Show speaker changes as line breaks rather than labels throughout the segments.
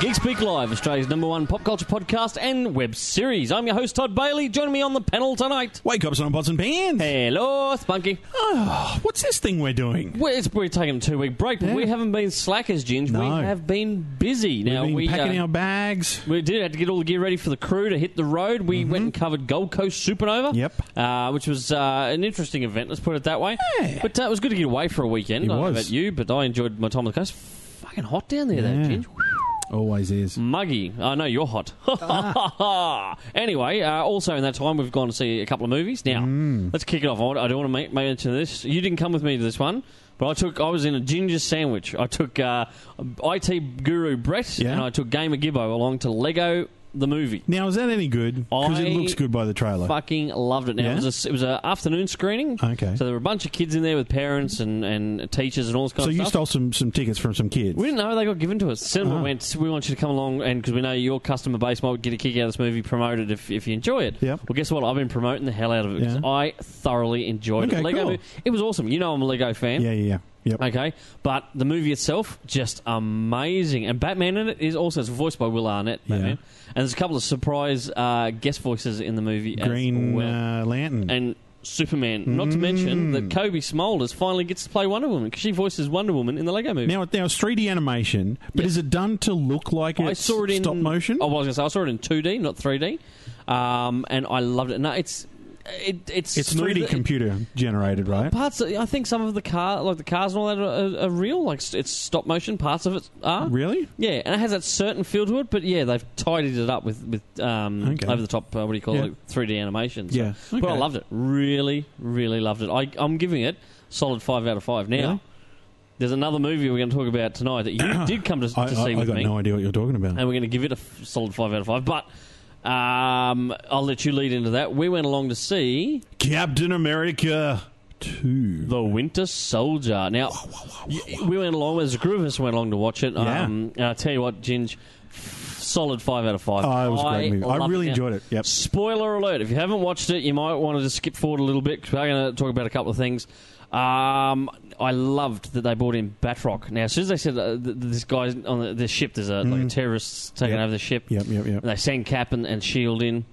Geek Live, Australia's number one pop culture podcast and web series. I'm your host, Todd Bailey. Joining me on the panel tonight.
Wake up, son of pots and pans.
Hello, Spunky.
What's this thing we're doing?
We're, it's- we're taking a two week break, but we haven't been slackers, Ginge.
No.
We have been busy. Now,
We've been
we,
packing
uh,
our bags.
we did have to get all the gear ready for the crew to hit the road. We went and covered Gold Coast Supernova.
Mm-hmm. Yep.
Uh, which was uh, an interesting event, let's put it that way.
Yeah.
But uh, it was good to get away for a weekend.
It
I don't know
was.
about you, but I enjoyed my time on the coast. Fucking hot down there, though,
Yeah.
Ginge.
Always is.
Muggy. I know you're hot. Anyway, uh, also in that time, we've gone to see a couple of movies. Now,
Mm.
let's kick it off. I, want, I don't want to make, make mention of this. You didn't come with me to this one, but I took. I was in a ginger sandwich. I took uh, IT guru Brett
Yeah.
and I took Gamer Gibbo along to Lego the movie.
Now, is that any good? Because
I
it looks good by the trailer.
Fucking loved it. Now
Yeah?
it was a, it was an afternoon screening.
Okay.
So there were a bunch of kids in there with parents and, and teachers and all this kind
So
of
you
stuff.
stole some, some tickets from some kids.
We didn't know they got given to us. Cinema
Ah.
went. We want you to come along, and because we know your customer base might get a kick out of this movie, promote it if, if you enjoy it.
Yep.
Well, guess what? I've been promoting the hell out of it because
Yeah.
I thoroughly enjoyed it.
Okay,
Lego,
cool.
mo- it was awesome. You know, I'm a Lego fan.
Yeah, yeah, yeah. Yep.
Okay, but the movie itself just amazing, and Batman in it is also it's voiced by Will Arnett,
Yeah.
Batman, and there's a couple of surprise uh, guest voices in the movie. as
Green
well
uh, Lantern.
and Superman. Not to mention
Mm.
that Kobe Smulders finally gets to play Wonder Woman because she voices Wonder Woman in the Lego movie.
now, it- now, it's 3D animation, but
Yeah.
is it done to look like
I
it's
saw it in
stop motion?
I was going to say I saw it in 2D, not 3D, um, and I loved it. No, it's it, it's
it's
smooth.
3D computer generated, right?
Parts, I think some of the car, like the cars and all that, are, are, are real. Like s- it's stop motion. Parts of it are.
Really?
Yeah, and it has that certain feel to it, but yeah, they've tidied it up with with um,
Okay.
over the top. Uh, what do you call
Yeah.
it? Three D animations.
Yeah.
But I
Okay.
loved it. Really, really loved it. I, I'm giving it solid five out of five. Now,
Really?
there's another movie we're going to talk about tonight that you did come to, to
I,
see
I, I
with
got
me, Um,
no idea what you're talking about.
and we're going to give it a f- solid five out of five. But um, I'll let you lead into that. We went along to see
Captain America 2.
The Winter Soldier. Now, y- we went along as a group of us went along to watch it.
Yeah.
Um, and I tell you what, Ginge, solid five out of five.
Oh, it was a great movie. I
loved
really
Now,
enjoyed it. Yep.
Spoiler alert! If you haven't watched it, you might want to just skip forward a little bit because we're going to talk about a couple of things. Um, I loved that they brought in Batroc. Now, as soon as they said uh, th- th- this guy's on the, this ship, there's a, like a terrorist taking
Mm. Yep.
over the ship.
Yep, yep, yep.
And they send Cap and, and Shield E in.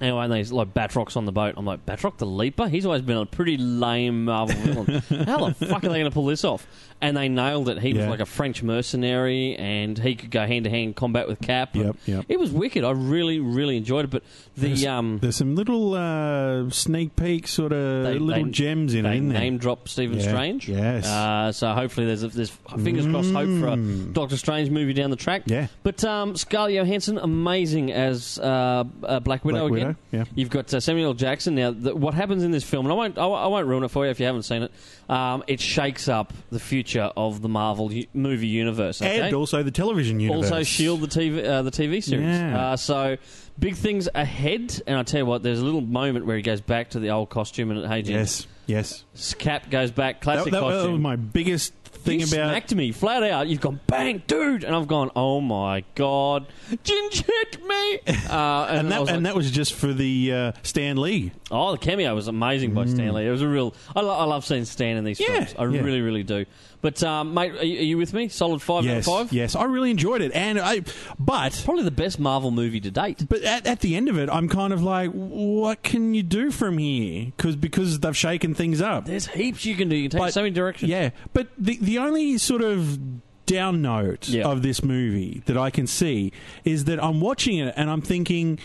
Anyway, and they like Batrock's on the boat. I'm like, Batrock the Leaper? He's always been a pretty lame Marvel villain. How the fuck are they going to pull this off? And they nailed it. He was
Yeah.
like a French mercenary and he could go hand to hand combat with Cap.
Yep, yep.
It was wicked. I really, really enjoyed it. But the.
There's,
um,
there's some little uh, sneak peek, sort of
They-
little
they-
gems in it,
they
isn't there?
name drop Stephen
Yeah.
Strange.
Yes.
Uh, so hopefully there's a, there's fingers crossed hope for a
Mm.
Doctor Strange movie down the track.
Yeah.
But um, Scarlett Johansson, amazing as uh, uh, Black Widow
Black
again.
Widow, yeah.
You've got uh, Samuel Jackson. Now, th- what happens in this film, and I won't, I, won't- I won't ruin it for you if you haven't seen it. Um, it shakes up the future of the Marvel u- movie universe. Okay?
And also the television universe.
Also, Shield the TV uh, the TV series.
Yeah.
Uh, so big things ahead. And I tell you what, there's a little moment where he goes back to the old costume and hey, Jim,
Yes, yes.
Cap goes back,
That,
classic
that- that
costume.
was my biggest thing
you
about.
smacked me flat out. You've gone bang, dude, and I've gone, oh my god, Ginge hit me. Uh, and,
and
I
that,
was
and
like,
that was just for the uh, Stan Lee.
oh, the cameo was amazing by Stanley. It was a real. I, lo- I love seeing Stan in these
Mm. Yeah,
films. I
yeah.
really, really do. But um, mate, are you, are you with me? Solid five
yes,
out of five.
yes. I really enjoyed it, and I, but
Probably the best Marvel movie to date.
but at, at the end of it, I'm kind of like, what can you do from here? Because because they've shaken things up.
There's heaps you can do. You can take
But-
so many directions.
Yeah, but the the only sort of down note
Yeah.
of this movie that I can see is that I'm watching it and I'm thinking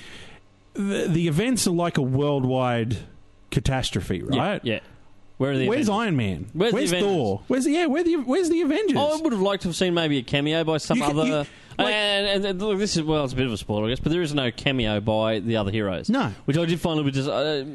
the, the events are like a worldwide catastrophe,
yeah,
right?
yeah. Where are the
Where's
Avengers?
Iron Man?
Where's the Avengers?
Thor? Where's the yeah? Where the where's the Avengers?
Oh, I would have liked to have seen maybe a cameo by some
You can-
other.
you- like-
and, and, and look, this is well, it's a bit of a spoiler, I guess, but there is no cameo by the other heroes.
No.
which I did find a little bit. Dis-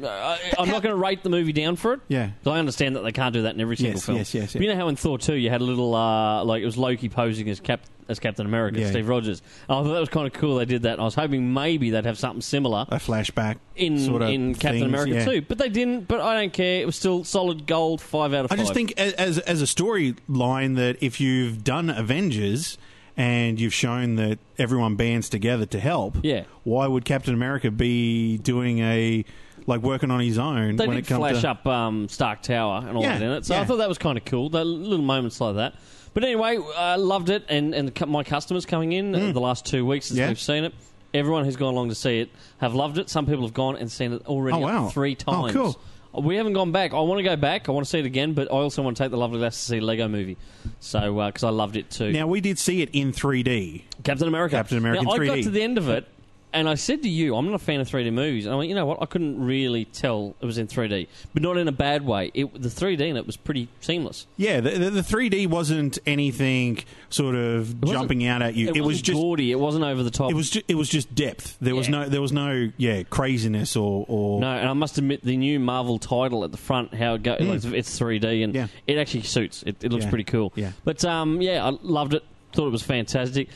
uh, I, I'm not going to rate the movie down for it.
Yeah.
'Cause I understand that they can't do that in every single
Yes,
film.
yes, yes,
But you know how in Thor two you had a little uh, like it was Loki posing as Cap as Captain America,
Yeah.
Steve Rogers. And I thought that was kind of cool. They did that. And I was hoping maybe they'd have something similar
a flashback
in
sort of
in Captain
Uh, things,
America
yeah.
too, but they didn't. But I don't care. It was still solid gold, five out of
I
five.
just think a- as as a storyline that if you've done Avengers and you've shown that everyone bands together to help,
Yeah.
why would Captain America be doing a like working on his own
They
when
did
it comes
flash
to
up um, Stark Tower and all
Yeah,
that in it, so I
yeah.
thought that was kind of cool. The little moments like that. But anyway, I loved it, and and cu- my customers coming in uh, the last two weeks since
Mm. Yeah.
we've seen it. Everyone who's gone along to see it have loved it. Some people have gone and seen it already
Oh, wow.
three
Oh,
times.
cool.
We haven't gone back. I want to go back. I want to see it again, but I also want to take the lovely lass to see Lego Movie, so because I loved it too.
Now we did see it in 3D.
Captain America.
Captain America
Now, I got
3D.
to the end of it, and I said to you, I'm not a fan of 3D movies. And I went, you know what? I couldn't really tell it was in 3D, but not in a bad way. It, the 3D in it was pretty seamless.
Yeah, the, the, the 3D wasn't anything sort of
wasn't-
jumping out at you. It,
wasn't
was just
gaudy. It wasn't over the top.
it was ju- it was just depth. There was
Yeah.
no there was no yeah craziness or or
no, and I must admit, the new Marvel title at the front, how it goes,
Mm.
it's 3D, and
Yeah.
it actually suits. It, it looks
Yeah.
pretty cool.
Yeah.
But um, yeah, I loved it. Thought it was fantastic.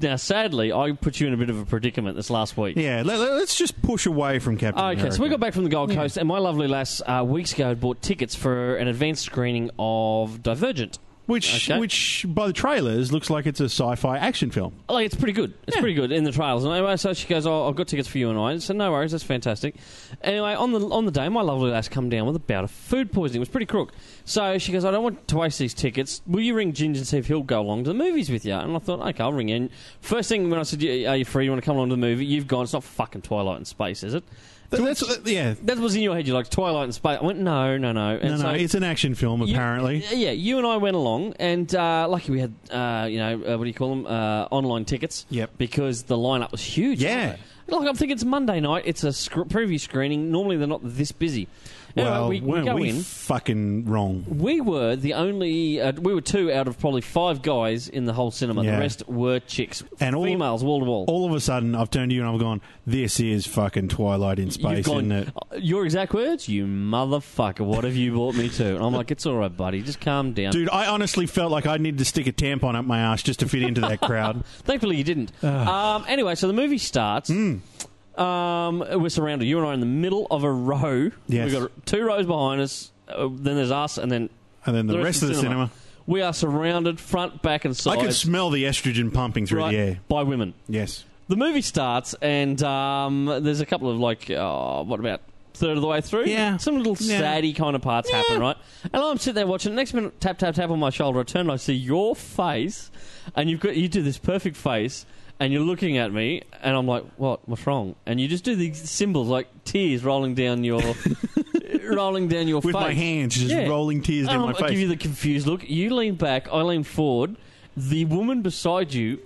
Now, sadly, I put you in a bit of a predicament this last week.
yeah. Let, us just push away from Captain.
Okay,
America.
so we got back from the Gold Coast, and my lovely lass uh, weeks ago had bought tickets for an advanced screening of Divergent.
which
okay.
which by the trailers looks like it's a sci-fi action film.
Oh, Like, it's pretty good. It's pretty good in the trailers. And anyway, so she goes, oh, I've got tickets for you and I. So no worries, that's fantastic. Anyway, on the on the day, my lovely lass come down with a bout of food poisoning. It was pretty crook. So she goes, I don't want to waste these tickets. Will you ring Ginger and see if he'll go along to the movies with you? And I thought, okay, I'll ring in. First thing when I said, "Yeah, are you free? You want to come along to the movie? You've gone. It's not fucking Twilight in Space, is it?
Th- That's uh, yeah.
That was in your head. You're like, Twilight in Space. I went, no, no, no. And
No,
so-
no, it's an action film
You-
apparently.
yeah, you and I went along, and uh, lucky we had, uh, you know, uh, what do you call them? Uh, online tickets.
Yep.
Because the lineup was huge.
Yeah.
wasn't it? Look, I'm thinking it's Monday night. It's a sc- preview screening. Normally they're not this busy. Anyway,
well,
we, we
weren't
go
we
in.
fucking wrong?
We were the only. Uh, we were two out of probably five guys in the whole cinema. The
Yeah.
rest were chicks
And all-
females, wall to wall.
All of a sudden, I've turned to you and I've gone. This is fucking Twilight in
You've
space,
gone- uh,
isn't it?
Your exact words, you motherfucker! What have you brought me to? And I'm like, it's all right, buddy. Just calm down.
Dude, I honestly felt like I needed to stick a tampon up my ass just to fit into that crowd.
Thankfully, you didn't.
Ah.
Um, anyway, so the movie starts.
Hmm.
Um, we're surrounded. You and I are in the middle of a row.
Yes.
We've got two rows behind us. Uh, then there's us, and then
And then the, rest, of the cinema.
We are surrounded front, back, and side.
I could smell the estrogen pumping through
right,
the air.
by women.
Yes.
The movie starts, and um, there's a couple of like, uh, what about third of the way through?
Yeah.
some little
Yeah.
saddy kind of parts happen, right? And I'm sitting there watching. Next minute, tap tap tap on my shoulder. I turn, and I see your face, and you've got you do this perfect face. And you're looking at me, and I'm like, "What? What's wrong?" And you just do these symbols, like tears rolling down your, rolling down your
With
face.
my hands just
Yeah.
rolling tears down
Um,
my
I give
face.
you the confused look. You lean back, I lean forward. The woman beside you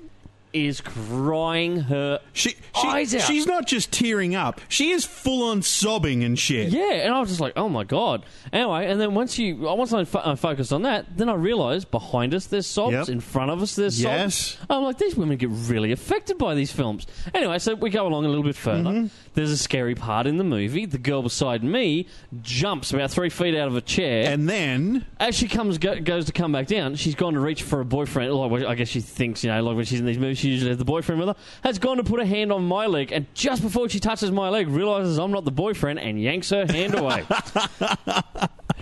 is crying her
she, she,
eyes out.
She's not just tearing up. She is full on sobbing and shit.
Yeah, and I was just like, oh my god. Anyway, and then once you, once I fo- I focused on that, then I realised behind us there's sobs,
Yep.
in front of us there's
Yes.
sobs. I'm like, these women get really affected by these films. Anyway, so we go along a little bit further.
Mm-hmm.
There's a scary part in the movie. The girl beside me jumps about three feet out of a chair.
And then
as she comes go, goes to come back down, she's gone to reach for a boyfriend. Like, well, I guess she thinks, you know, like when she's in these movies, she usually has the boyfriend with her. Has gone to put a hand on my leg, and just before she touches my leg, realizes I'm not the boyfriend and yanks her hand away.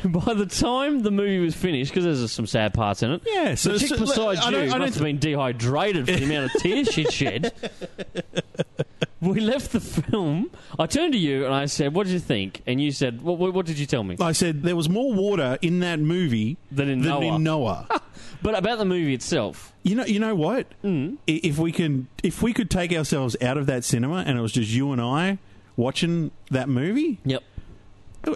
By the time the movie was finished, because there's some sad parts in it,
Yeah, so-
the chick
so-
beside
I
you
don't- I don't
must have been dehydrated for the amount of tears she'd shed. We left the film. I turned to you and I said, "What did you think?" And you said, "What, what, what did you tell me?"
I said there was more water in that movie
Than in Noah.
Noah.
But about the movie itself,
you know, you know what? Mm. If we can, if we could take ourselves out of that cinema and it was just you and I watching that movie,
Yep.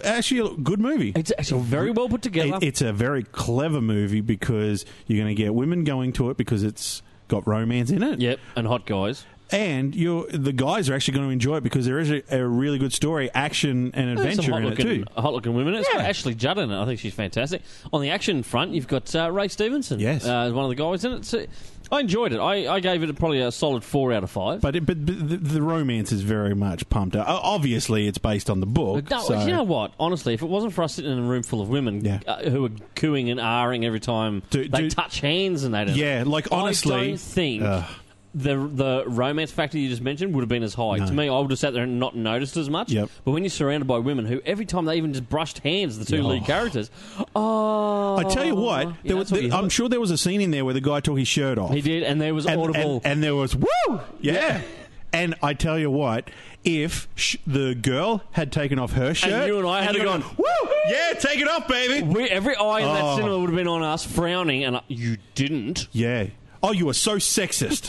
actually, a good movie.
It's actually very well put together.
It, it's a very clever movie because you're going to get women going to it because it's got romance in it,
yep, and hot guys.
and you're the guys are actually going to enjoy it because there is a, a really good story, action, and
There's some
adventure
hot
in it too.
looking, hot looking women. It's got
Yeah.
Ashley Judd in it. I think she's fantastic. On the action front, you've got uh, Ray Stevenson.
Yes.
uh, as one of the guys in it. So I enjoyed it. I, I gave it probably a solid four out of five.
But, it, but but the, the romance is very much pumped up. O- Obviously, it's based on the book.
No,
so-
you know what? Honestly, if it wasn't for us sitting in a room full of women
Yeah.
uh, who are cooing and ahhing every time
Do-
they
do-
touch hands and they don't
yeah, like honestly, uh,
I don't think
Ugh.
the the romance factor you just mentioned would have been as high.
No.
To me, I would have sat there and not noticed as much.
Yep.
But when you're surrounded by women who every time they even just brushed hands, the two
Yeah.
lead characters. Oh,
I tell you what,
Yeah,
there was,
that's what he-
I'm sure there was a scene in there where the guy took his shirt off.
he did, and there was
and,
audible.
and, and there was woo, yeah. And I tell you what, if sh- the girl had taken off her shirt,
you and I had
you
gone,
would've woo, yeah, take it off, baby.
We, every eye in that
Oh.
cinema would have been on us, frowning, and uh, you didn't.
Yeah. Oh, you are so sexist.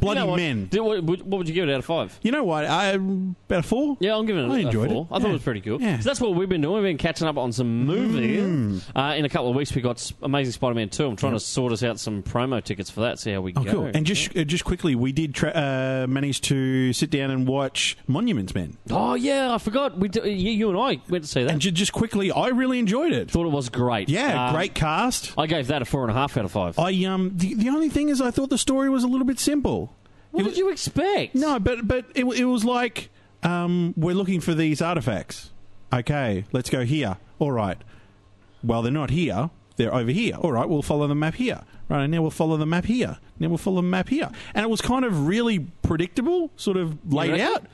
Bloody
You know what?
men.
Did- what, what would you give it out of five?
You know what? I about a four.
Yeah, I'm giving it.
I
a
enjoyed
four.
it.
I thought it
Yeah.
was pretty cool.
Yeah. Mm.
So that's what we've been doing. We've been catching up on some movies. Uh, in a couple of weeks, we got S- Amazing Spider-Man Two. I'm trying to sort us out some promo tickets for that. See how we
Oh,
go.
cool. And just uh, just quickly, we did tra- uh, manage to sit down and watch Monuments Men.
oh yeah, I forgot. We do, you, you and I went to see that.
And ju- just quickly, I really enjoyed it.
Thought it was great.
Yeah,
Um,
great cast.
I gave that a four and a half out of five.
I um the, the only thing is I thought the story was a little bit simple.
what did you expect?
No, but but it, it was like um we're looking for these artifacts. Okay, let's go here. All right. Well, they're not here. They're over here. All right, we'll follow the map here. Right, and now we'll follow the map here. Now we'll follow the map here. And it was kind of really predictable, sort of laid
reckon?
out.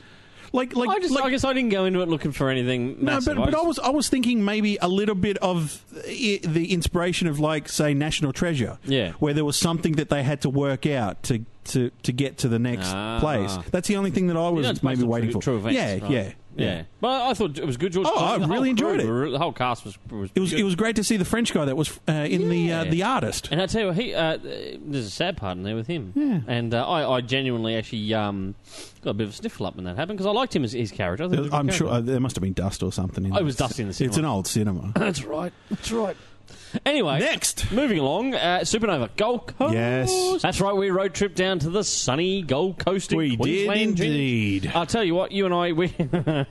Like like
I, just,
like
I guess I didn't go into it looking for anything
no,
massive.
but, but I
just-
was I was thinking maybe a little bit of i- the inspiration of like say National Treasure,
Yeah.
where there was something that they had to work out to to, to get to the next
Ah.
place. That's the only thing that I
You
was
know, it's based
maybe
on
waiting
true,
for.
True events,
yeah,
right?
yeah,
yeah, But I thought it was good. George.
Oh, I
the whole
really enjoyed
crew were- The whole cast was. was
It was it was great to see the French guy that was uh, in the uh,
Yeah.
the artist.
And I tell you, what, he uh, there's a sad part in there with him.
Yeah.
And uh, I, I genuinely actually um, got a bit of a sniffle up when that happened because I liked him as his character. I thought he was a good
I'm
character.
sure uh, there must have been dust or something. In
Oh, it was dust in the
It's an
cinema.
old cinema.
That's right. That's right. Anyway,
next,
moving along, uh, Supernova Gold Coast.
Yes.
That's right. We road trip down to the sunny Gold Coast. in
we did
Queensland.
indeed.
I'll tell you what, you and I, we, uh,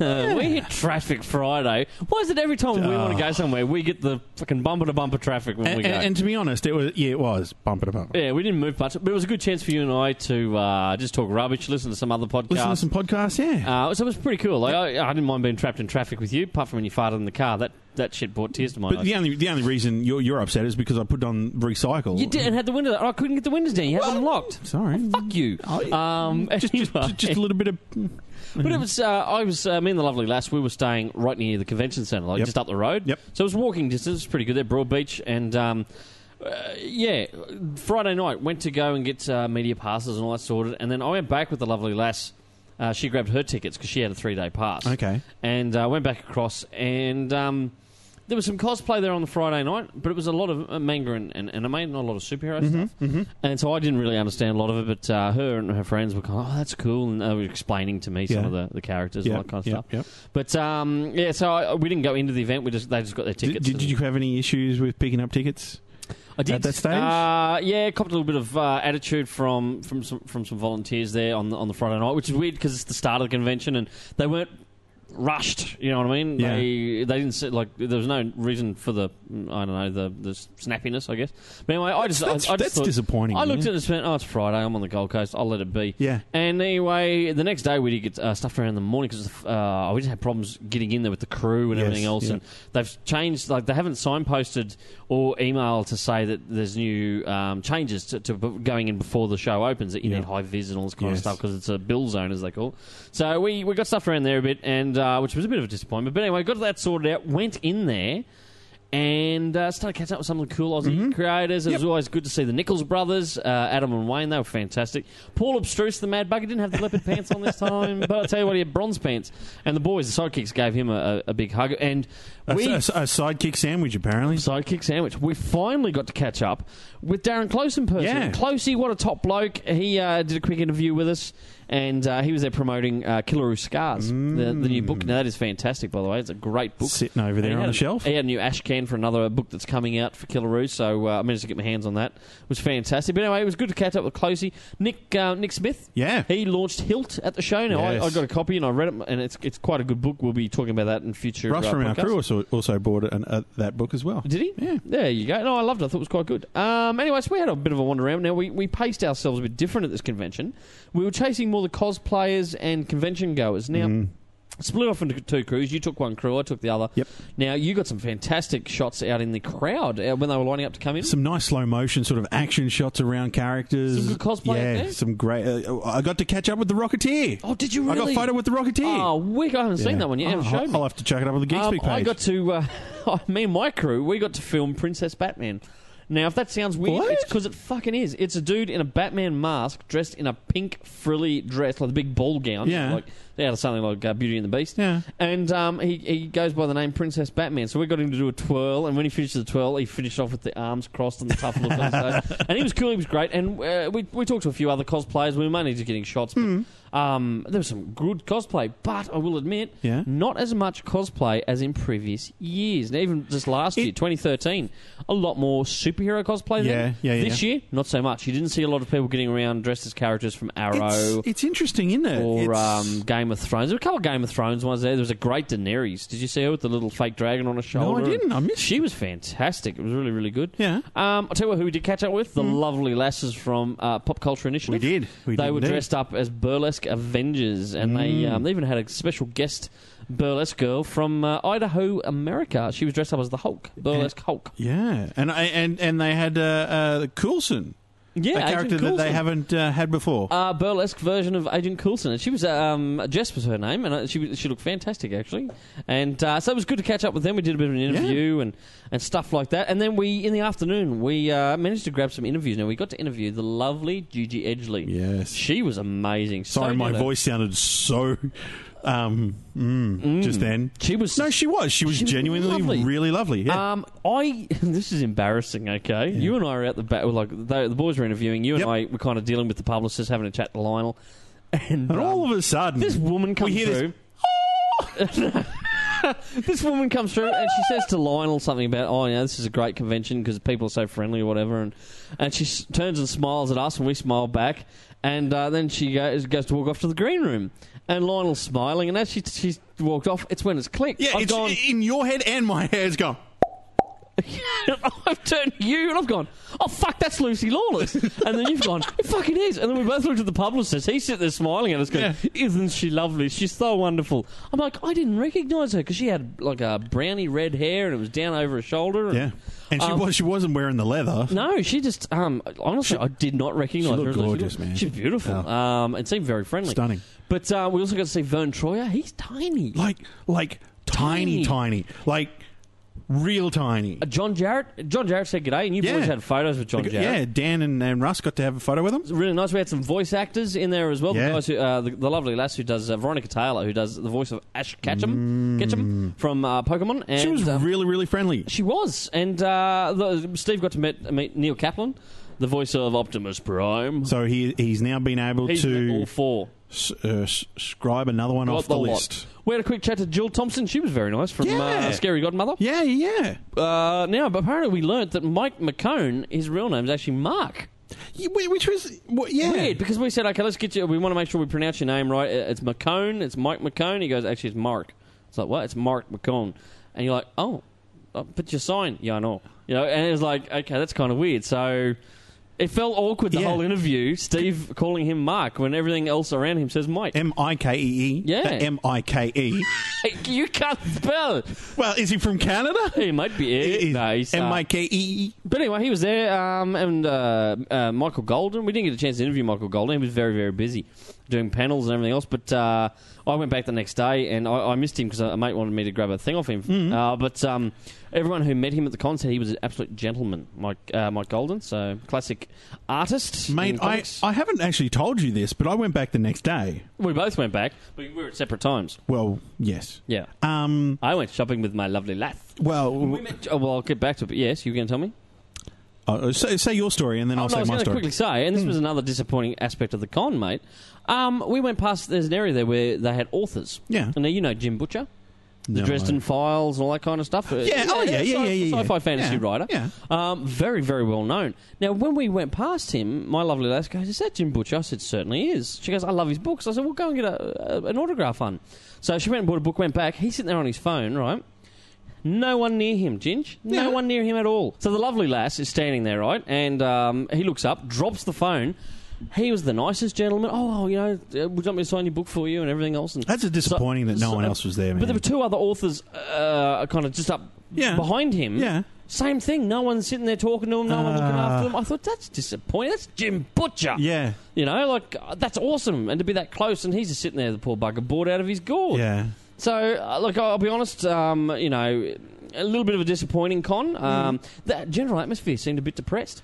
we hit traffic Friday. Why is it every time we
Ah.
want to go somewhere, we get the fucking bumper to bumper traffic when we
And,
go?
and- and to be honest, it was yeah, it was bumper to bumper.
yeah, we didn't move much, but it was a good chance for you and I to uh, just talk rubbish, listen to some other
Listen to
podcasts.
some podcasts, yeah.
uh, so it was pretty cool. Like, I, I didn't mind being trapped in traffic with you, apart from when you farted in the car. That that shit brought tears to my
But
eyes.
the only the only reason you're, you're upset is because I put on recycle.
You did, and had the window. I couldn't get the windows down. You had them locked.
Sorry.
Fuck you. Um,
Just, just,
anyway.
just a little bit of.
But it was, uh, I was, uh, me and the lovely lass, we were staying right near the convention centre, like
Yep.
just up the road.
Yep.
So it was walking distance, it was pretty good there, Broad Beach. And um, uh, yeah, Friday night, went to go and get uh, media passes and all that sorted. And then I went back with the lovely lass. Uh, she grabbed her tickets because she had a three day pass.
Okay.
And uh, went back across, and um, there was some cosplay there on the Friday night, but it was a lot of uh, manga and, and anime, not a lot of superhero
Mm-hmm,
stuff. And so I didn't really understand a lot of it, but uh, her and her friends were kind of, oh, that's cool. And they were explaining to me some
Yeah.
of the, the characters
Yeah,
and all that kind of
yeah,
stuff.
yeah.
But um, yeah, so I, we didn't go into the event. We just They just got their
Did,
tickets.
did you have any issues with picking up tickets?
I did.
at that stage?
Uh, yeah, copped a little bit of uh, attitude from from some, from some volunteers there on the, on the Friday night, which is weird because it's the start of the convention and they weren't rushed. You know what I mean?
Yeah.
They they didn't sit, like there was no reason for the mm, I don't know the the snappiness I guess. But anyway, I just
That's,
I, I just
that's
thought-
disappointing.
I looked
yeah.
at it and spent, oh, it's Friday. I'm on the Gold Coast. I'll let it be.
Yeah.
And anyway, the next day we did get uh, stuff around in the morning because uh, we just had problems getting in there with the crew and
Yes,
everything else.
yeah.
And they've changed, like, they haven't signposted or emailed to say that there's new um, changes to, to b- going in before the show opens that you
Yeah.
need high vis and all this kind
Yes.
of stuff because it's a bill zone, as they call it. So we, we got stuff around there a bit, and uh, which was a bit of a disappointment. But anyway, got that sorted out, went in there. And uh, started catching up with some of the cool Aussie creators. It was always good to see the Nichols brothers, uh, Adam and Wayne. They were fantastic. Paul Abstruse, the Mad Bugger, didn't have the leopard pants on this time, but I'll tell you what, he had bronze pants. And the boys, the sidekicks, gave him a, a, a big hug. And
A,
we
a- a sidekick sandwich, apparently.
sidekick sandwich. We finally got to catch up with Darren Close in person.
Yeah.
Closey, what a top bloke. He uh, did a quick interview with us, and uh, he was there promoting uh, Killaroo Scars, the, the
Mm.
new book. Now, that is fantastic, by the way. It's a great book.
Sitting over
And
there
he
on
had
the
a-
shelf.
He had a new ash can for another book that's coming out for Killaroo, so uh, I managed to get my hands on that. It was fantastic. But anyway, it was good to catch up with Closey. Nick uh, Nick Smith,
Yeah.
he launched Hilt at the show. Now,
Yes.
I, I got a copy and I read it, and it's it's quite a good book. We'll be talking about that in future
Russ
uh,
from our
podcasts.
crew also, also bought an, uh, that book as well.
Did he?
Yeah.
There you go. No, I loved it. I thought it was quite good. Um, anyway, so we had a bit of a wander around. Now, we, we paced ourselves a bit different at this convention. We were chasing more the cosplayers and convention goers. Now, split off into two crews. You took one crew, I took the other.
Mm-hmm. Yep.
Now, you got some fantastic shots out in the crowd uh, when they were lining up to come in.
Some nice slow motion sort of action shots around characters.
Some good cosplay
Yeah,
out there.
some great. Uh, I got to catch up with the Rocketeer.
oh, did you
I got
really?
photo with the Rocketeer.
Oh, wick. I haven't seen that one yet. You
Oh,
haven't showed me.
I'll, I'll have to chuck it up on the Geek
Um,
Speak page.
I got to, uh, me and my crew, we got to film Princess Batman. Now, if that sounds weird,
What?
it's because it fucking is. It's a dude in a Batman mask dressed in a pink frilly dress, like the big ball gown.
Yeah.
Like, out of something like uh, Beauty and the Beast.
Yeah.
And um, he, he goes by the name Princess Batman. So we got him to do a twirl, and when he finished the twirl, he finished off with the arms crossed and the tough look on his face. And he was cool, he was great. And uh, we, we talked to a few other cosplayers. We were mainly just getting shots. But,
Mm.
um, there was some good cosplay, but I will admit,
Yeah.
not as much cosplay as in previous years. Now, even just last
It-
year, 2013, a lot more superhero cosplay
Yeah,
then.
yeah, yeah.
This year, not so much. You didn't see a lot of people getting around dressed as characters from Arrow
It's, it's interesting, isn't it?
or
It's-
um, Game of Thrones. There were a couple of Game of Thrones ones there. There was a great Daenerys. Did you see her with the little fake dragon on her
no,
shoulder?
I didn't. I missed.
She was fantastic. It was really, really good.
Yeah,
Um, I'll tell you who we did catch up with. The lovely lasses from uh, Pop Culture Initiative.
Hmm. we did. We
they
did
were
indeed.
dressed up as burlesque Avengers, and they,
Mm.
um, they even had a special guest burlesque girl from uh, Idaho, America. She was dressed up as the Hulk, burlesque Hulk.
Yeah, and I, and and they had uh, uh, Coulson,
Yeah,
a character
Agent
that they
Coulson.
haven't uh, had before.
uh, burlesque version of Agent Coulson. And she was um, Jess was her name, and uh, she was- she looked fantastic actually. And uh, so it was good to catch up with them. We did a bit of an interview and, and stuff like that. And then we in the afternoon we uh, managed to grab some interviews. Now we got to interview the lovely Gigi Edgley.
yes.
She was amazing. So
Sorry, my
did I-
voice sounded so um, mm, just then.
She was
No, she was. She was
She was
genuinely
lovely.
really lovely. Yeah.
Um, I this is embarrassing. Okay, you and I were out the back. Like the, the boys were interviewing you, and
Yep.
I were kind of dealing with the publicist, having a chat to Lionel, and,
and
um,
all of a sudden,
This woman comes
Mm. hear this,
through. this woman comes through and she says to Lionel something about, oh, yeah, this is a great convention because people are so friendly or whatever. And, and she s- turns and smiles at us and we smile back. And uh, then she goes, goes to walk off to the green room. And Lionel's smiling. And as she, she's walked off, it's when it's clicked.
yeah,
I've
it's
gone,
in your head and my head. It's gone.
I've turned to you and I've gone, oh fuck, that's Lucy Lawless. And then you've gone, it fucking is. And then we both looked at the publicist. He's sitting there smiling at us, going, isn't she lovely? She's so wonderful. I'm like, I didn't recognise her because she had like a brownie red hair and it was down over her shoulder. and-
Yeah, and she
Um,
was. She wasn't wearing the leather.
No, she just um honestly, I did not recognise
she
her.
looked
as Lucy
gorgeous,
Lawless.
man.
She's beautiful. Um, and seemed very friendly.
Stunning.
But uh, we also got to see Vern Troyer. He's tiny.
Like, like tiny, tiny, like real tiny.
Uh, John Jarrett. John Jarrett said g'day, and you
Yeah.
boys had photos with John Jarrett.
Yeah, Dan and, and Russ got to have a photo with him.
really nice. We had some voice actors in there as well. The
Yeah.
guys who, uh, the, the lovely lass who does uh, Veronica Taylor, who does the voice of Ash Ketchum, Ketchum from uh, Pokemon. And,
Mm. She was
uh,
really, really friendly.
she was, and uh, the, Steve got to meet, meet Neil Kaplan, the voice of Optimus Prime.
So he he's now been able
He's met
to
all four.
s- uh, s- scribe another one
Got
off the,
lot.
list.
We had a quick chat to Jill Thompson. She was very nice from uh,
Yeah.
Scary Godmother.
Yeah, yeah.
Uh, now, but apparently we learnt that Mike McCone, his real name is actually Mark.
Yeah, wh- Which was wh- yeah.
Weird, because we said, okay, let's get you. We want to make sure we pronounce your name right. Uh, It's McCone. It's Mike McCone. He goes, actually, it's Mark. It's like, what? It's Mark McCone. And you're like, oh, uh, but your sign. Yeah, I know. You know, and it was like, okay, that's kind of weird. So it felt awkward the
Yeah.
whole interview. Steve calling him Mark when everything else around him says Mike.
M I K E E.
Yeah.
M I K E.
Hey, you can't spell.
Well, is he from Canada?
He might be it. No, he's, uh,
M I K E E.
But anyway, he was there, um, and uh, uh, Michael Golden. We didn't get a chance to interview Michael Golden. He was very, very busy doing panels and everything else. But uh, I went back the next day, and I, I missed him because a mate wanted me to grab a thing off him.
Mm-hmm.
Uh, but um, everyone who met him at the concert, he was an absolute gentleman, Mike uh, Mike Golden. So classic artist.
Mate,
in
I,
comics.
I haven't actually told you this, but I went back the next day.
we both went back. We were at separate times.
Well, yes.
Yeah,
Um.
I went shopping with my lovely lass.
Well,
We met. Oh, well, I'll get back to it. But yes, you were going to tell me.
uh, say, say your story, and then I'll
Oh, no, I
say
was
my
going to
story. Hmm.
quickly say, and this was another disappointing aspect of the con, mate. Um, we went past. There's an area there where they had authors.
Yeah.
And now you know Jim Butcher, the
No,
Dresden
I-
Files, and all that kind of stuff.
Yeah, oh, yeah, yeah, yeah, yeah, yeah.
Sci-fi fantasy
Yeah,
writer.
yeah.
Um, very, very well known. Now, when we went past him, my lovely lass goes, "Is that Jim Butcher?" I said, "Certainly is." She goes, "I love his books." I said, "Well, go and get a, a, an autograph on." So she went and bought a book, went back. He's sitting there on his phone, right? No one near him, Ginge. No
Yeah.
one near him at all. So the lovely lass is standing there, right? And um, he looks up, drops the phone. He was the nicest gentleman. Oh, you know, uh, would you want me to sign your book for you and everything else? And
That's a disappointing that no
so-
one else was there, man.
but there were two other authors uh, kind of just up
Yeah.
behind him.
Yeah.
Same thing. No one's sitting there talking to him. No one looking
Ah.
after them. I thought that's disappointing. That's Jim Butcher.
Yeah.
You know, like uh, that's awesome, and to be that close, and he's just sitting there, the poor bugger, bored out of his gourd.
Yeah.
So, uh, look, I'll be honest. Um, you know, a little bit of a disappointing con.
Mm.
Um, The general atmosphere seemed a bit depressed.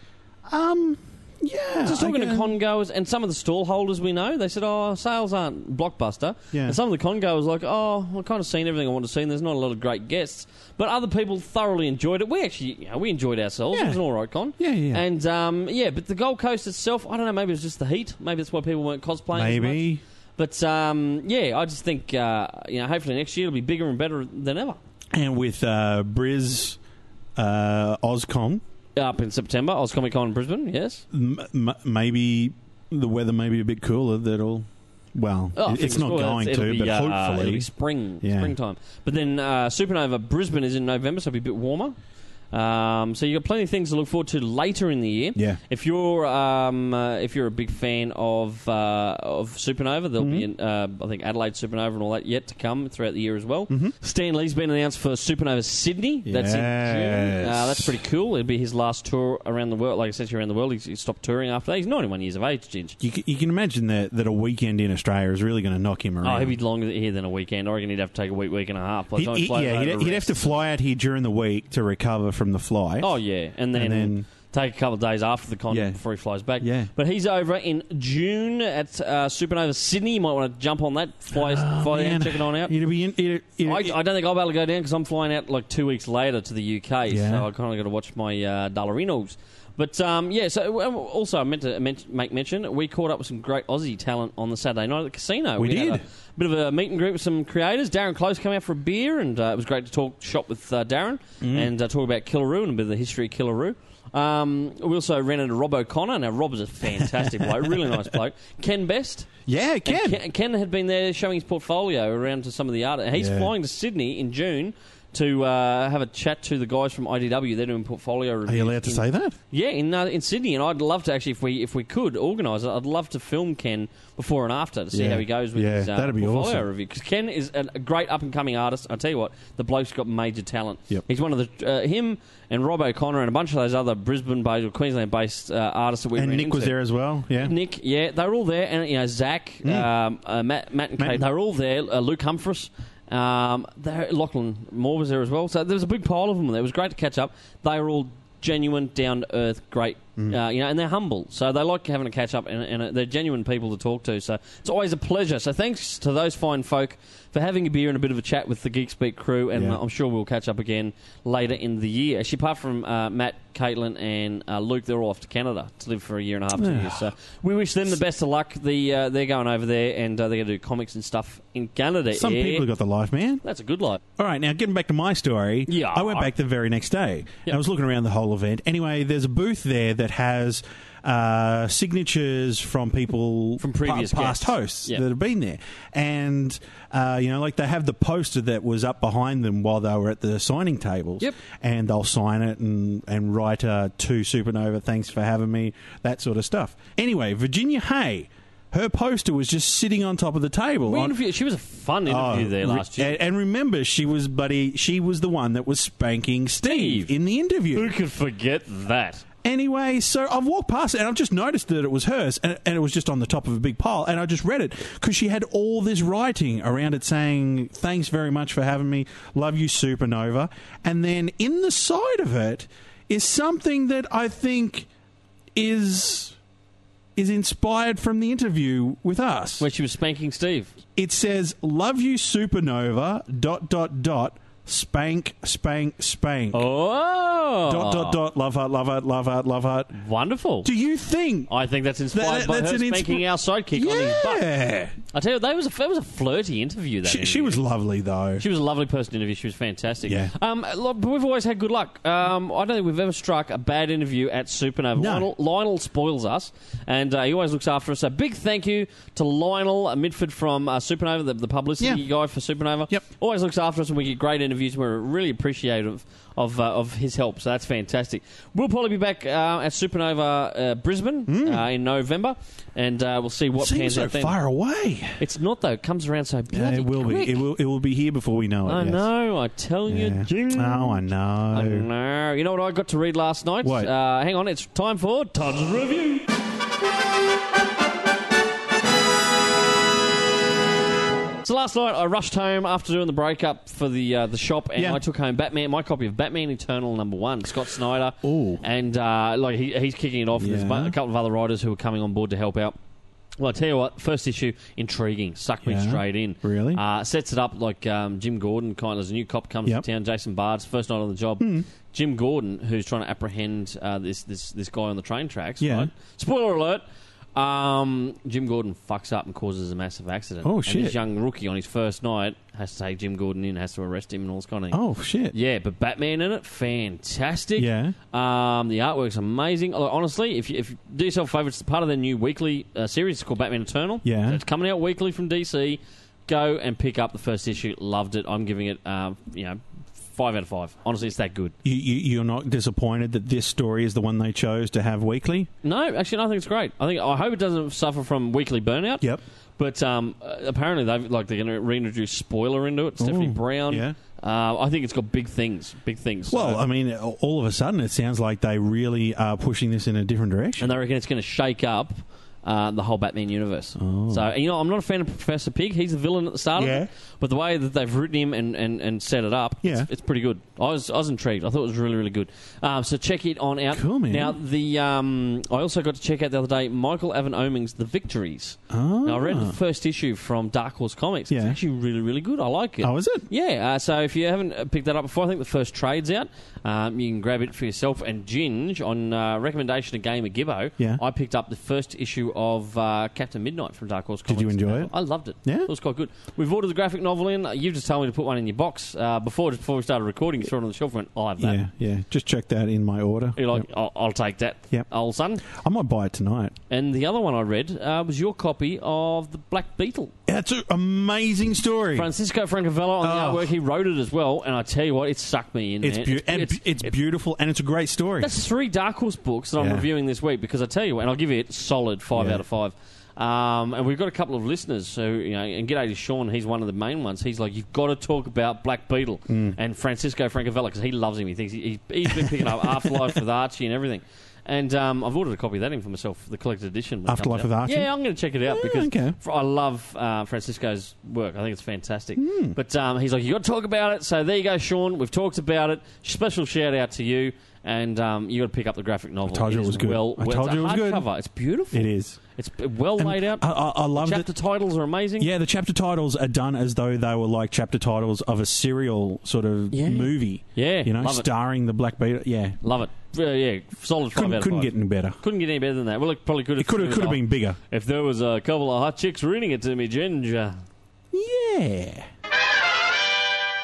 Um, yeah.
Just talking to
again-
congoers and some of the stall holders we know, they said, "Oh, sales aren't blockbuster."
Yeah.
And some of the congoers was like, "Oh, I've kind of seen everything I want to see. and There's not a lot of great guests, but other people thoroughly enjoyed it. We actually, you know, we enjoyed ourselves. It
Yeah.
was an all right con."
Yeah, yeah.
And um, yeah, but the Gold Coast itself, I don't know. Maybe it was just the heat. Maybe that's why people weren't cosplaying. as much.
Maybe.
But um, yeah, I just think uh, you know, hopefully next year it'll be bigger and better than ever.
And with uh, Briz uh, Ozcon,
Up in September, Oz Comic Con in Brisbane. Yes.
m- m- maybe the weather may be a bit cooler. That'll. Well,
Oh, I
it-
think
it's not
well,
going
it'll
to,
be,
but
uh, it'll
hopefully.
be spring,
Yeah.
springtime. But then uh, Supernova Brisbane is in November, so it'll be a bit warmer. Um, so you've got plenty of things to look forward to later in the year.
yeah.
If you're um, uh, if you're a big fan of uh, of Supernova, there'll be an,
Mm-hmm.
uh, I think Adelaide Supernova and all that yet to come throughout the year as well.
Mm-hmm.
Stan Lee's been announced for Supernova Sydney. That's in June. Uh,
Yes.
that's pretty cool. It'll be his last tour around the world. Like I said, around the world. He's, he stopped touring after that. He's 91 years of age, Ginge.
You, c- you can imagine that, that a weekend in Australia is really going to knock him around.
Oh, he'd be longer here than a weekend. I reckon he'd have to take a week, week and a half. By the
He-
time
he-
flies
yeah,
over,
he'd, he'd have to
rest.
fly out here during the week to recover from the flight.
Oh yeah, and then,
And then-
take a couple of days after the con
Yeah.
before he flies back.
Yeah.
but he's over in June at uh, Supernova Sydney. You might want to jump on that, fly, fly down,
Ah, Oh, man.
check it on out.
It'd be in, it, it,
I,
it-
I don't think I'll be able to go down because I'm flying out like two weeks later to the UK,
Yeah.
so I kind of got to watch my uh, dollarinos. But um, yeah, so um, also I meant to men- make mention we caught up with some great Aussie talent on the Saturday night at the casino.
We
had
did.
a bit of a meet and greet with some creators. Darren Close came out for a beer, and uh, it was great to talk shop with uh, Darren
Mm-hmm.
and uh, talk about Killaroo and a bit of the history of Killaroo. Um, we also ran into Rob O'Connor. Now Rob's a fantastic bloke, really nice bloke. Ken Best.
yeah, it
And
can.
Ken, Ken had been there showing his portfolio around to some of the art. He's
Yeah.
flying to Sydney in June to uh, have a chat to the guys from IDW. They're doing portfolio
Are
reviews.
you allowed to
in-
say that?
Yeah, in uh, in Sydney, and I'd love to actually, if we if we could organise it, I'd love to film Ken before and after to see
Yeah.
how he goes with
Yeah,
his uh,
that'd be
portfolio
awesome.
review. Because Ken is a, a great up and coming artist. I tell you what, the bloke's got major talent.
Yep.
He's one of the uh, him and Rob O'Connor and a bunch of those other Brisbane based or Queensland based uh, artists that we
And
ran
Nick was
into.
there as well. Yeah. Hmm.
Nick, yeah, they were all there, and you know Zach, um, uh, Matt, Matt, and
Matt
Kate,
and-
they were all there. Uh, Luke Humphreys, um, there- Lachlan Moore was there as well. So there was a big pile of them there. It was great to catch up. They were all genuine, down to earth, great,
Hmm.
uh, you know, and they're humble. So they like having a catch up, and, and uh, they're genuine people to talk to. So it's always a pleasure. So thanks to those fine folk for having a beer and a bit of a chat with the Geek Speak crew, and
Yeah.
uh, I'm sure we'll catch up again later in the year. Actually, apart from uh, Matt, Caitlin, and uh, Luke, they're all off to Canada to live for a year and a half, two years. So we wish them the best of luck. The uh, they're going over there and uh, they're going to do comics and stuff in Canada.
Some
Yeah.
people have got the life, man.
that's a good life.
All right, now getting back to my story.
Yeah.
I went back the very next day.
Yep.
I was looking around the whole event. Anyway, there's a booth there that has uh, signatures from people
From previous guests.
past hosts
Yep.
that have been there, and uh, you know, like they have the poster that was up behind them while they were at the signing tables.
Yep.
And they'll sign it and and write uh, to Supernova, thanks for having me, that sort of stuff. Anyway, Virginia Hay. Her poster was just sitting on top of the table.
We
on-
interviewed- she was a fun interview
Oh,
there
re-
last year.
And, and remember, she was buddy. She was the one that was spanking Steve,
Steve.
in the interview.
could forget that?
Anyway, so I've walked past it and I've just noticed that it was hers, and, and it was just on the top of a big pile. And I just read it because she had all this writing around it saying, "Thanks very much for having me. Love you, Supernova." And then in the side of it is something that I think is is inspired from the interview with us
Where she was spanking Steve.
it says love you supernova dot dot dot spank spank spank
Oh,
dot dot dot love heart love heart love heart love heart
Wonderful.
do you think
I think that's inspired
That-
by
that's
her
an insp-
spanking our sidekick on his butt.
yeah
I tell you, that was a that was a flirty interview. That
she, she was lovely though
She was a lovely person to interview. She was fantastic.
Yeah.
Um, look, but we've always had good luck. Um, I don't think we've ever struck a bad interview at Supernova.
No.
Lionel, Lionel spoils us, and uh, he always looks after us. So big thank you to Lionel uh, Midford from uh, Supernova, the, the publicity
Yeah.
guy for Supernova.
Yep.
Always looks after us, and we get great interviews. And we're really appreciative of uh, of his help. So that's fantastic. We'll probably be back uh, at Supernova uh, Brisbane uh, in November, and uh, we'll see what
Hmm. seems
pans
so
out then.
far away
It's not though. It comes around so
Yeah,
bloody
it will
quick.
be it will it will be here before we know it
I
yes.
know. I tell you,
yeah.
Jim.
oh I know
I know. You know what I got to read last night?
What?
Uh, hang on, it's time for Todd's review. So last night I rushed home after doing the breakup for the uh, the shop, and
Yeah.
I took home Batman, my copy of Batman Eternal number one, Scott Snyder,
Ooh.
and uh, like he, he's kicking it off. And there's a bu-
Yeah.
a couple of other writers who are coming on board to help out. Well, I tell you what, first issue intriguing, sucked me
Yeah.
straight in.
Really?
Uh, sets it up like um, Jim Gordon, kind of as a new cop comes
Yep. Hmm.
to town. Jason Bard's first night on the job. Jim Gordon, who's trying to apprehend uh, this this this guy on the train tracks.
Yeah.
Right? Spoiler alert. Um, Jim Gordon fucks up and causes a massive accident.
Oh,
And
shit.
this young rookie on his first night has to take Jim Gordon in, has to arrest him, and all this kind of thing.
Oh shit.
Yeah, but Batman in it, fantastic.
Yeah.
Um, the artwork's amazing. Although, Honestly, if you, if you do yourself a favour, it's part of their new weekly uh, series. It's called Batman Eternal.
Yeah.
So it's coming out weekly from DC. Go and pick up the first issue. Loved it. I'm giving it, um, you know, five out of five. Honestly, it's that good.
You, you you're not disappointed that this story is the one they chose to have weekly?
No, actually, no, I think it's great. I think I hope it doesn't suffer from weekly burnout.
Yep.
But um, uh, apparently, they've like they're going to reintroduce spoiler into it. Stephanie
Ooh,
Brown.
yeah.
Uh, I think it's got big things. Big things.
Well,
So-
I mean, all of a sudden it sounds like they really are pushing this in a different direction.
and they reckon it's going to shake up uh, the whole Batman universe. So, and, you know, I'm not a fan of Professor Pig. He's the villain at the start
Oh. Yeah.
of it. But the way that they've written him and, and, and set it up,
Yeah.
it's, it's pretty good. I was, I was intrigued. I thought it was really, really good. Um, so check it on out.
Cool, man.
Now, the um, I also got to check out the other day Michael Avon Oming's The Victories.
Oh.
Now, I read the first issue from Dark Horse Comics. It's
Yeah.
actually really, really good. I like it.
Oh, is it?
Yeah, uh, so if you haven't uh, picked that up before, I think the first trade's out. Um, you can grab it for yourself and ginge on uh, recommendation of Gamer Gibbo.
Yeah.
I picked up the first issue of uh, Captain Midnight from Dark Horse
Did
Comics.
you enjoy it?
I loved it.
Yeah?
It was quite good. We've ordered the graphic novel in. You just told me to put one in your box uh, before before we started recording. You threw it on the shelf and went, I'll have that.
Yeah, yeah. Just check that in my order.
You're like,
Yep.
I'll, I'll take that,
Yep.
old son.
I might buy it tonight.
And the other one I read uh, was your copy of The Black Beetle.
That's an amazing story.
Francisco Francavello on
Oh.
the artwork. He wrote it as well. And I tell you what, it sucked me in.
it's,
man.
beau- and it's, it's beautiful and it's a great story.
That's three Dark Horse books that I'm
Yeah.
reviewing this week because I tell you, what, and I'll give you it solid five
Yeah.
out of five. Um, and we've got a couple of listeners who, you know, and G'day to Sean, he's one of the main ones. He's like, you've got to talk about Black Beetle
Mm.
and Francisco Francavella because he loves him. He thinks he, he, he's been picking up Afterlife with Archie and everything. And um, I've ordered a copy of that in for myself, the collected edition. when it comes
Afterlife
out.
with Archie?
Yeah, I'm going to check it out because
okay.
fr- I love uh, Francisco's work. I think it's fantastic.
Hmm.
But um, he's like, you got to talk about it. So there you go, Sean. We've talked about it. Special shout out to you. And um, you got to pick up the graphic novel.
I told you it
is
was good.
Well,
I
well-
told
it's a
you it was good.
hardcover. It's beautiful.
it is.
It's b- well
And
laid out.
I, I, I love
Chapter
that.
titles are amazing.
Yeah, the chapter titles are done as though they were like chapter titles of a serial sort of
Yeah.
movie.
Yeah,
You know,
love it.
starring the Black Beetle. Yeah.
Love it. Yeah, yeah, solid five out
Couldn't,
of
couldn't
five.
get any better.
couldn't get any better than that. Well, it probably could have.
It could have could have been bigger.
If there was a couple of hot chicks reading it to me, Ginger.
Yeah.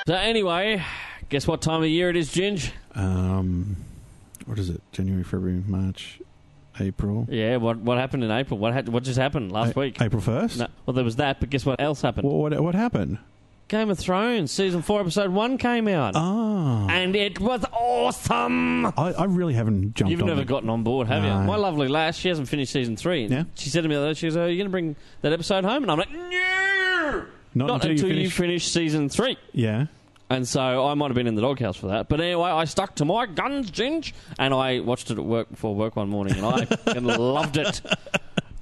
So anyway, guess what time of year it is, Ginger?
Um, what is it? January, February, March, April.
Yeah. What what happened in April? What had, what just happened last
A-
week?
April first.
No, well, there was that, but guess what else happened?
What, what what happened?
Game of Thrones season four, episode one came out,
Ah,
and it was awesome.
I, I really haven't jumped.
You've
on
never
it.
gotten on board, have
No.
you? My lovely lass, she hasn't finished season three. And
Yeah.
She said to me the other day, she goes, "Are you going to bring that episode home?" And I'm like, "No,
Not until you
you
finish-
finish season three.
Yeah.
And so I might have been in the doghouse for that. But anyway, I stuck to my guns, Ginge, and I watched it at work before work one morning, and I fucking loved it.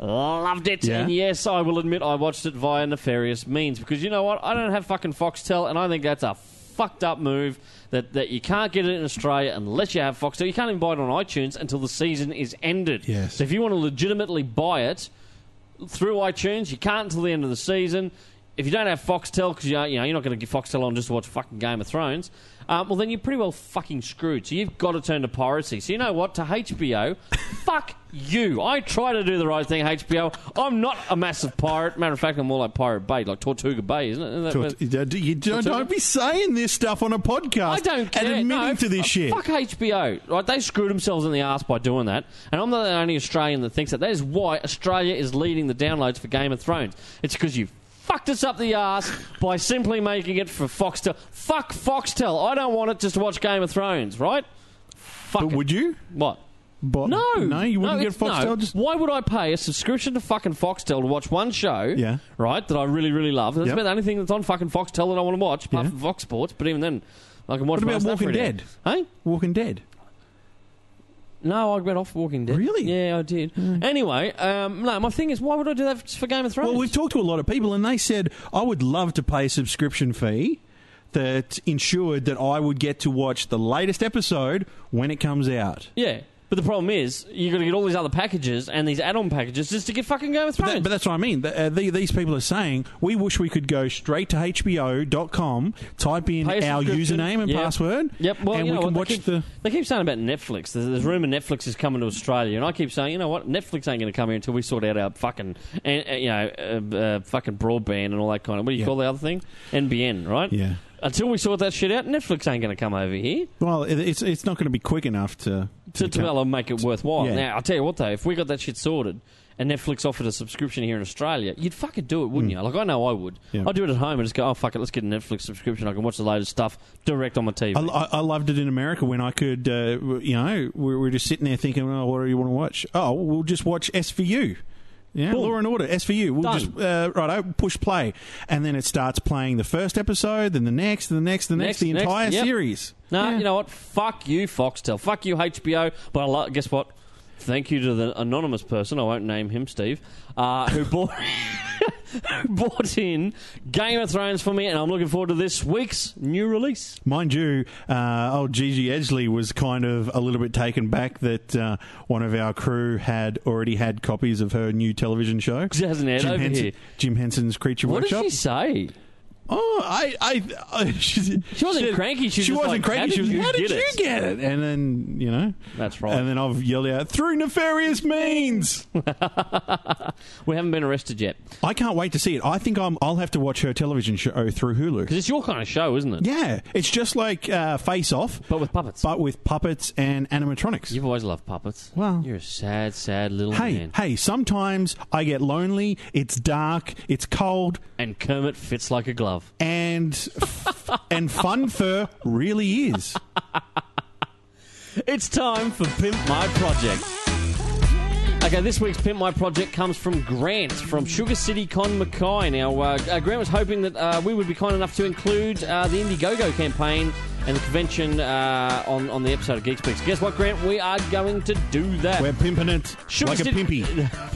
Loved it.
Yeah?
And yes, I will admit I watched it via nefarious means because you know what? I don't have fucking Foxtel, and I think that's a fucked up move that, that you can't get it in Australia unless you have Foxtel. You can't even buy it on iTunes until the season is ended.
Yes.
So if you want to legitimately buy it, through iTunes. You can't until the end of the season. If you don't have Foxtel, because you know, you're not going to get Foxtel on just to watch fucking Game of Thrones, um, well, then you're pretty well fucking screwed. So you've got to turn to piracy. So you know what? To HBO, fuck you. I try to do the right thing, HBO. I'm not a massive pirate. Matter of fact, I'm more like Pirate Bay, like Tortuga Bay, isn't it? Isn't that where-
Tort- you don't- you don't, don't be saying this stuff on a podcast.
I don't care.
And admitting
no,
to this
f-
shit.
Fuck HBO. Right, they screwed themselves in the ass by doing that. And I'm not the only Australian that thinks that. That is why Australia is leading the downloads for Game of Thrones. It's because you fucked us up the ass by simply making it for Foxtel. Fuck Foxtel. I don't want it just to watch Game of Thrones, right? Fuck
But
it.
would you?
What?
But
No,
no, you wouldn't
no,
get
it's-
Foxtel.
no.
Just
Why would I pay a subscription to fucking Foxtel to watch one show?
Yeah.
right. That I really, really love. That's
Yep.
about the only thing that's on fucking Foxtel that I want to watch, apart
Yeah.
from Fox Sports. But even then, I can watch.
What about
most of that for
Walking
an hour.
Dead?
Hey,
Walking Dead.
No, I read off Walking Dead.
Really? Hmm.
Yeah, I did. Anyway, um, no, my thing is, why would I do that for Game of Thrones?
Well, we've talked to a lot of people, and they said I would love to pay a subscription fee that ensured that I would get to watch the latest episode when it comes out.
yeah, but the problem is, you've got to get all these other packages and these add-on packages just to get fucking Game of
But,
Thrones.
that, but that's what I mean. The, uh, the, these people are saying we wish we could go straight to HBO.com, type in
Pay a
our
subscription.
username and
Yep.
password,
Yep, well,
and
you
we
know
can
what,
watch
they keep,
the.
They keep saying about Netflix. There's, there's rumour Netflix is coming to Australia, and I keep saying, you know what, Netflix ain't going to come here until we sort out our fucking, and, uh, you know, uh, uh, fucking broadband and all that kind of. What do you
Yeah.
call the other thing? NBN, right?
Yeah.
Until we sort that shit out, Netflix ain't going to come over here
Well, it, it's it's not going to be quick enough to
to
come-
develop and make it worthwhile.
Yeah.
Now, I'll tell you what, though, if we got that shit sorted and Netflix offered a subscription here in Australia, you'd fucking do it, wouldn't you? Like, I know I would.
Hmm. Yeah.
I'd do it at home and just go, oh, fuck it, let's get a Netflix subscription. I can watch the latest stuff direct on my TV.
I, I I loved it in America when I could, uh, w- you know, we were just sitting there thinking, oh, what do you want to watch? Oh, we'll just watch SVU. Yeah,
Boom.
Law and Order, SVU. We'll
Done.
just, uh, right, push play. And then it starts playing the first episode, then the next, then the next, the next,
Next,
the
next,
entire
yep.
series.
No,
Yeah.
you know what? Fuck you, Foxtel. Fuck you, HBO. But I lo- guess what? Thank you to the anonymous person. I won't name him, Steve, uh, who bought who bought in Game of Thrones for me, and I'm looking forward to this week's new release.
Mind you, uh, old Gigi Edgley was kind of a little bit taken back that uh, one of our crew had already had copies of her new television show.
She hasn't aired over
Henson-
here.
Jim Henson's Creature
What did
Workshop.
she say?
Oh, I, I, I she,
She wasn't cranky, she was just
wasn't
like, "How
cranky. she
did
was,
you
how did
get
you
it?"
get it? And then you know,
That's right.
And then I've yelled out through nefarious means.
We haven't been arrested yet
I can't wait to see it. I think I'm. I'll have to watch her television show through Hulu.
because it's your kind of show, isn't it?
Yeah, it's just like uh, Face Off,
But with puppets.
but with puppets and animatronics.
You've always loved puppets.
Well-
you're a sad, sad little
hey,
man.
hey. Sometimes I get lonely. It's dark. It's cold.
And Kermit fits like a glove.
And f- and fun fur really is.
It's time for Pimp My Project. Okay, this week's Pimp My Project comes from Grant from Sugar City Con Mackay. Now, uh, uh, Grant was hoping that uh, we would be kind enough to include uh, the Indiegogo campaign and the convention uh, on, on the episode of Geek Speaks. Guess what, Grant? We are going to do that.
We're pimping it
Sugar
like a
City-
pimpy.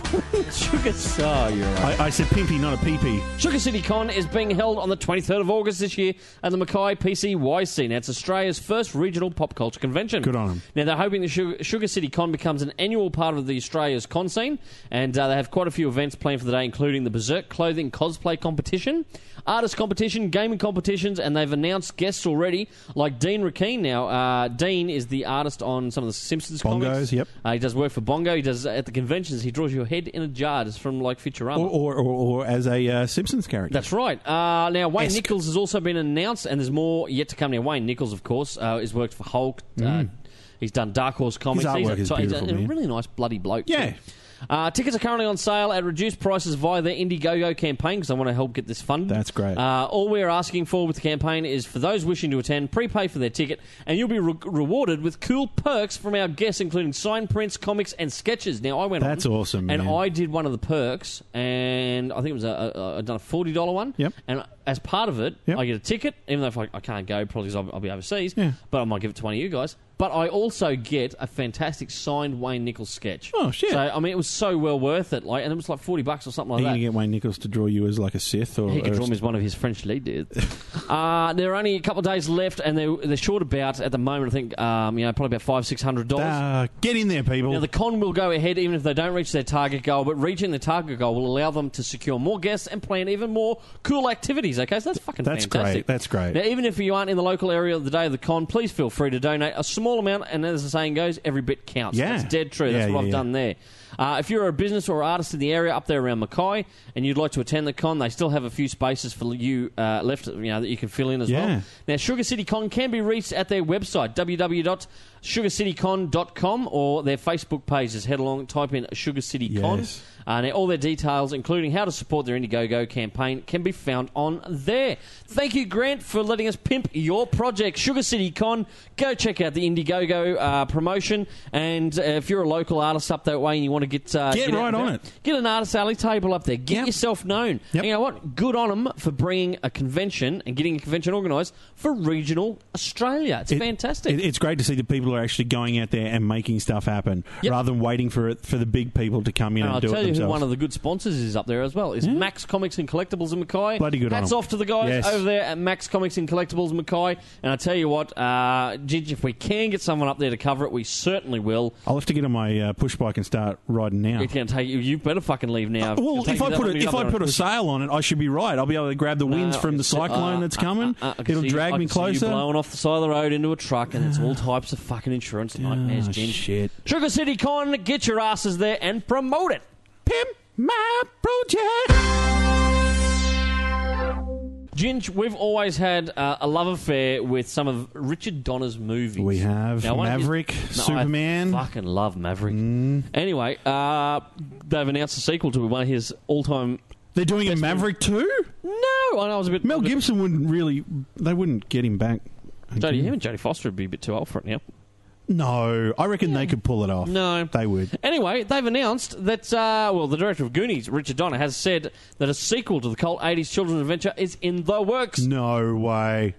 Sugar, oh, you're right.
I, I said pimpy, not a pee pee.
Sugar City Con is being held on the 23rd of August this year at the Mackay PCYC. Now, it's Australia's first regional pop culture convention.
Good on 'em.
Now, they're hoping the Sugar, Sugar City Con becomes an annual part of the Australia's con scene, and uh, they have quite a few events planned for the day, including the Berserk Clothing Cosplay Competition, Artist Competition, Gaming Competitions, and they've announced guests already, like Dean Rakeen. Now, uh, Dean is the artist on some of the Simpsons comics.
Bongos, yep.
Uh, he does work for Bongo. He does, at the conventions, he draws your head in a jar. It's from, like, Futurama.
or, or, or, or as a uh, Simpsons character.
That's right. Uh, now, Wayne
Esque.
Nichols has also been announced, and there's more yet to come. Now, Wayne Nichols, of course, uh, has worked for Hulk. Uh, he's done Dark Horse Comics.
Hmm. artwork
he's a, he's a-
is beautiful,
a
man.
really nice bloody bloke.
Yeah.
too. Uh, tickets are currently on sale at reduced prices via their Indiegogo campaign because I want to help get this funded.
That's great.
Uh, all we're asking for with the campaign is for those wishing to attend, prepay for their ticket, and you'll be re- rewarded with cool perks from our guests, including sign prints, comics, and sketches. Now, I went
That's
on,
awesome,
and
man.
I did one of the perks, and I think it was a, a, a, I done a forty dollar one.
Yep.
And as part of it,
Yep.
I get a ticket, even though if I, I can't go, probably because I'll, I'll be overseas.
Yeah.
But I might give it to one of you guys. But I also get a fantastic signed Wayne Nichols sketch.
Oh, shit.
So I mean, it was so well worth it. Like, and it was like forty bucks or something
Are
like
you
that.
going to get Wayne Nichols to draw you as like a Sith? Or,
He could
or-
draw me as one of his French leaders. uh, there are only a couple of days left, and they're, they're short about at the moment. I think um, you know probably about five six hundred dollars.
Ah, get in there, people.
Now, the con will go ahead even if they don't reach their target goal, but reaching the target goal will allow them to secure more guests and plan even more cool activities. Okay, so that's fucking
That's
fantastic.
great. That's great.
Now, even if you aren't in the local area of the day of the con, please feel free to donate a small amount, and as the saying goes, every bit counts.
Yeah.
That's dead true. That's
Yeah,
what I've
yeah, yeah.
done there. Uh, if you're a business or artist in the area up there around Mackay and you'd like to attend the con, they still have a few spaces for you uh, left you know, that you can fill in as
Yeah.
well. Now, Sugar City Con can be reached at their website, www.sugarcitycon.com, or their Facebook page. Just head along, type in Sugar City Con.
Yes.
Uh, now, all their details, including how to support their Indiegogo campaign, can be found on there. Thank you, Grant, for letting us pimp your project, Sugar City Con. Go check out the Indiegogo uh, promotion. And uh, if you're a local artist up that way and you want want to get uh,
Get
out
right
and
on
about,
it.
Get an artist alley table up there. Get
Yep.
yourself known.
Yep.
And you know what? Good on them for bringing a convention and getting a convention organised for regional Australia. It's
It-
fantastic.
It, it's great to see that people are actually going out there and making stuff happen
Yep.
rather than waiting for it for the big people to come in
and
and,
I'll
do
tell
it
you who
themselves.
one of the good sponsors is up there as well. Is
Yeah.
Max Comics and Collectibles in Mackay.
Bloody good on
Hats
'em.
off to the guys
Yes.
over there at Max Comics and Collectibles Mackay. And I tell you what, uh, Gigi, if we can get someone up there to cover it, we certainly will.
I'll have to get on my uh, push bike and start riding now.
It's going to take you. You better fucking leave now. It'll
Uh, Well,
take
if
you
I
that
put
long
a,
to get
if
up
I
there
put
on-
a sail on it, I should be right. I'll be able to grab the winds
No, I
from
can
the
see-
cyclone
uh,
that's
uh,
coming.
uh, uh, I can
It'll
see-
drag
I
me
can see you
closer.
blowing off the side of the road into a truck, and it's all types of fucking insurance nightmares.
Ah,
Gin.
shit.
Sugar City Con, get your asses there and promote it.
Pimp my project.
Ginge, we've always had uh, a love affair with some of Richard Donner's movies.
We have
Now, one of his-
Maverick,
No, I
Superman. Mm.
fucking love Maverick. Anyway, uh, they've announced a sequel to one of his all-time.
They're doing a Maverick too.
No, I know I was a bit.
Mel Gibson wouldn't really. They wouldn't get him back.
Jodie, him and Jodie Foster would be a bit too old for it now.
No, I reckon they could pull it off.
No,
They would.
Anyway, they've announced that, uh, well, the director of Goonies, Richard Donner, has said that a sequel to the cult 80s children's adventure is in the works.
No way.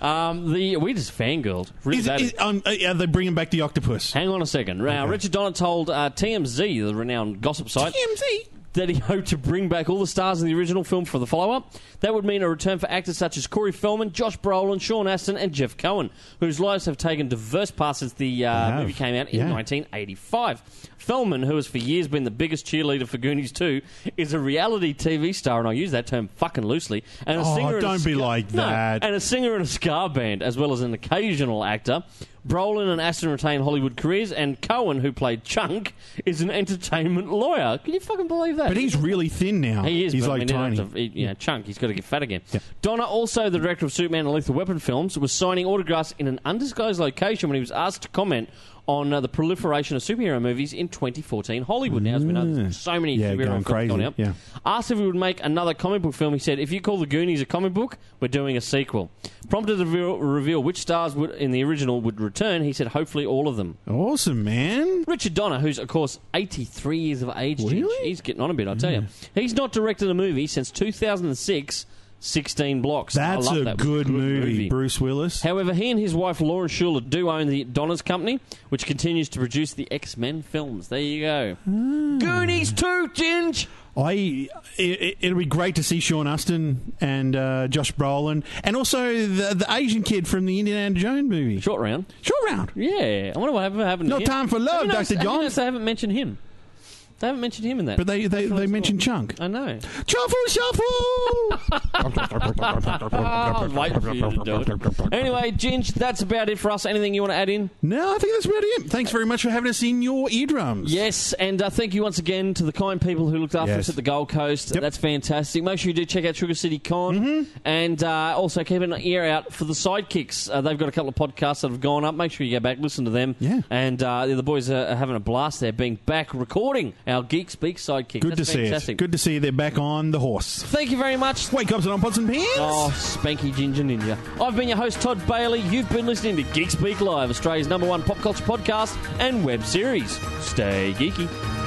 Um, the We just fangirled. Really
Is,
bad.
is, um, uh, are they bringing back the octopus?
Hang on a second. Now, Richard Donner told uh, TMZ, the renowned gossip site,
TMZ.
that he hoped to bring back all the stars of the original film for the follow up. That would mean a return for actors such as Corey Feldman, Josh Brolin, Sean Astin, and Jeff Cohen, whose lives have taken diverse paths since the uh,
have,
movie came out in
yeah.
1985. Feldman, who has for years been the biggest cheerleader for Goonies 2, is a reality TV star, and I use that term fucking loosely, and a
Oh,
singer. and a
don't be
ska-
like
No,
that.
and a singer in a ska band, as well as an occasional actor. Brolin and Aston retain Hollywood careers, and Cohen, who played Chunk, is an entertainment lawyer. Can you fucking believe that?
But he's really thin now.
He is.
He's
but,
like
I mean,
tiny.
To, he, you know, chunk. He's got to get fat again.
Yeah.
Donna, also the director of Superman and Lethal Weapon films, was signing autographs in an undisclosed location when he was asked to comment on uh, the proliferation of superhero movies in 2014 Hollywood. Now, as we know, there's so many
Mm. Yeah,
superhero
going
films
crazy,
going out.
yeah.
Asked if he would make another comic book film, he said, "If you call the Goonies a comic book, we're doing a sequel." Prompted to reveal, reveal which stars would, in the original would return, he said, "Hopefully, all of them."
Awesome, man.
Richard Donner, who's of course 83 years of age, Ginge,
Really? Mm.
he's getting on a bit. I tell you, he's not directed a movie since 2006, 16 Blocks.
That's
I love
a
that. It was
good, movie, Bruce Willis.
However, he and his wife Lauren Schuler do own the Donner's company, which continues to produce the X Men films. There you go.
Mm.
Goonies 2, Ginge.
I it, it'll be great to see Sean Astin and uh, Josh Brolin, and also the, the Asian kid from the Indiana Jones movie.
Short round.
Short round.
Yeah, I wonder what happened.
No
to him.
time for love,
Have you noticed-
Dr.
have you
John.
noticed They haven't mentioned him. They haven't mentioned him in that.
But they they, they mentioned Chunk.
I know.
Shuffle, shuffle.
i waiting for you to do it. Anyway, Ginge, that's about it for us. Anything you want to add in?
no, I think that's about it. Thanks very much for having us in your eardrums.
Yes, and uh, thank you once again to the kind people who looked after
Yes.
us at the Gold Coast.
Yep. Mm-hmm.
That's fantastic. Make sure you do check out Sugar City Con, and uh, also keep an ear out for the Sidekicks. Uh, they've got a couple of podcasts that have gone up. Make sure you go back listen to them.
Yeah.
and uh, the other boys are, are having a blast there, being back recording our Geek Speak Sidekicks.
Good
That's
to see
fantastic.
it. Good to see they're back on the horse.
Thank you very much.
Wake up, and on pots and pans.
Oh, Spanky Ginger Ninja. I've been your host, Todd Bailey. You've been listening to Geek Speak Live, Australia's number one pop culture podcast and web series. Stay geeky.